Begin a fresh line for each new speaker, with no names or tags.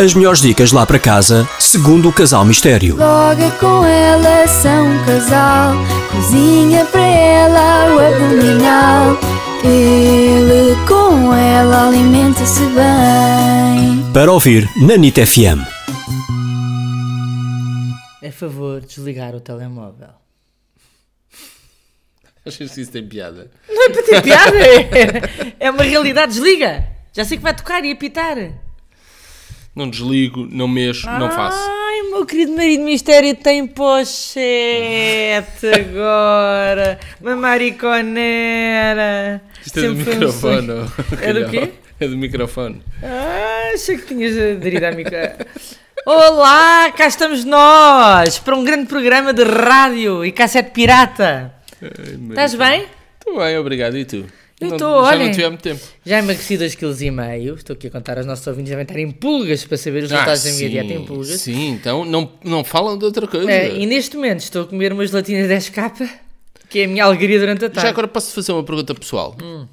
As melhores dicas lá para casa, segundo o Casal Mistério.
Logo é com ela são um casal, cozinha para ela o abdominal. Ele com ela alimenta-se bem.
Para ouvir na NIT FM.
É favor desligar o telemóvel.
Achas que isso tem piada?
Não é para ter piada, é, é uma realidade. Desliga! Já sei que vai tocar e apitar.
Não desligo, não mexo,
Ah,
não faço.
Ai, meu querido marido mistério tem pochete agora. Uma mariconera.
Isto é do
Sempre foi um
microfone.
sonho.
oh,
É do
calhau.
quê?
É do microfone.
Ah, achei que tinhas aderido à micro... Olá, cá estamos nós para um grande programa de rádio e cassete pirata.
Ai, meu
Estás
Deus.
bem?
Estou bem, obrigado. E tu?
Eu
Não-
estou,
Já
olhem.
não tive há muito tempo.
Já emagreci 2,5 kg. Estou aqui a contar aos nossos ouvintes, devem estar em pulgas para saber os
Ah,
resultados da minha
sim,
dieta em pulgas.
Sim, então não, não falam de outra coisa.
É, e neste momento estou a comer uma gelatina 10 k que é a minha alegria durante a tarde. Hum.
Já agora posso te fazer uma pergunta pessoal.